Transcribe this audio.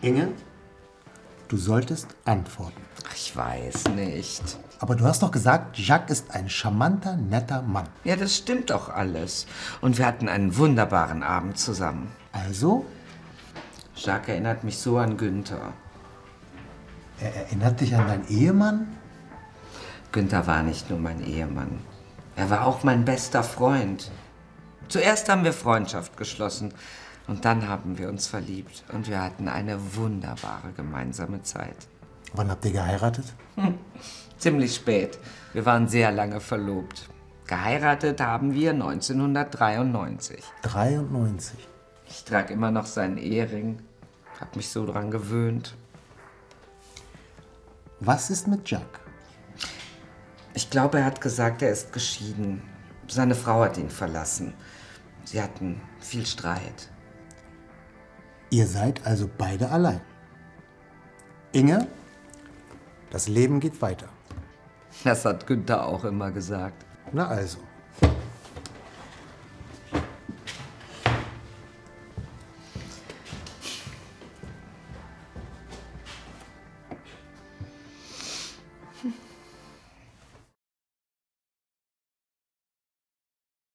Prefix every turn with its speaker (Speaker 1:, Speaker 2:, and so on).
Speaker 1: Inge, du solltest antworten.
Speaker 2: Ich weiß nicht.
Speaker 1: Aber du hast doch gesagt, Jacques ist ein charmanter, netter Mann.
Speaker 2: Ja, das stimmt doch alles. Und wir hatten einen wunderbaren Abend zusammen.
Speaker 1: Also,
Speaker 2: Jacques erinnert mich so an Günther.
Speaker 1: er erinnert dich an deinen Ehemann?
Speaker 2: Günther war nicht nur mein Ehemann. Er war auch mein bester Freund. Zuerst haben wir Freundschaft geschlossen und dann haben wir uns verliebt und wir hatten eine wunderbare gemeinsame Zeit.
Speaker 1: Wann habt ihr geheiratet?
Speaker 2: Ziemlich spät. Wir waren sehr lange verlobt. Geheiratet haben wir 1993.
Speaker 1: 93.
Speaker 2: Ich trage immer noch seinen Ehering. Hab mich so dran gewöhnt.
Speaker 1: Was ist mit Jacques?
Speaker 2: Ich glaube, er hat gesagt, er ist geschieden. Seine Frau hat ihn verlassen. Sie hatten viel Streit.
Speaker 1: Ihr seid also beide allein. Inge, das Leben geht weiter.
Speaker 2: Das hat Günther auch immer gesagt.
Speaker 1: Na also.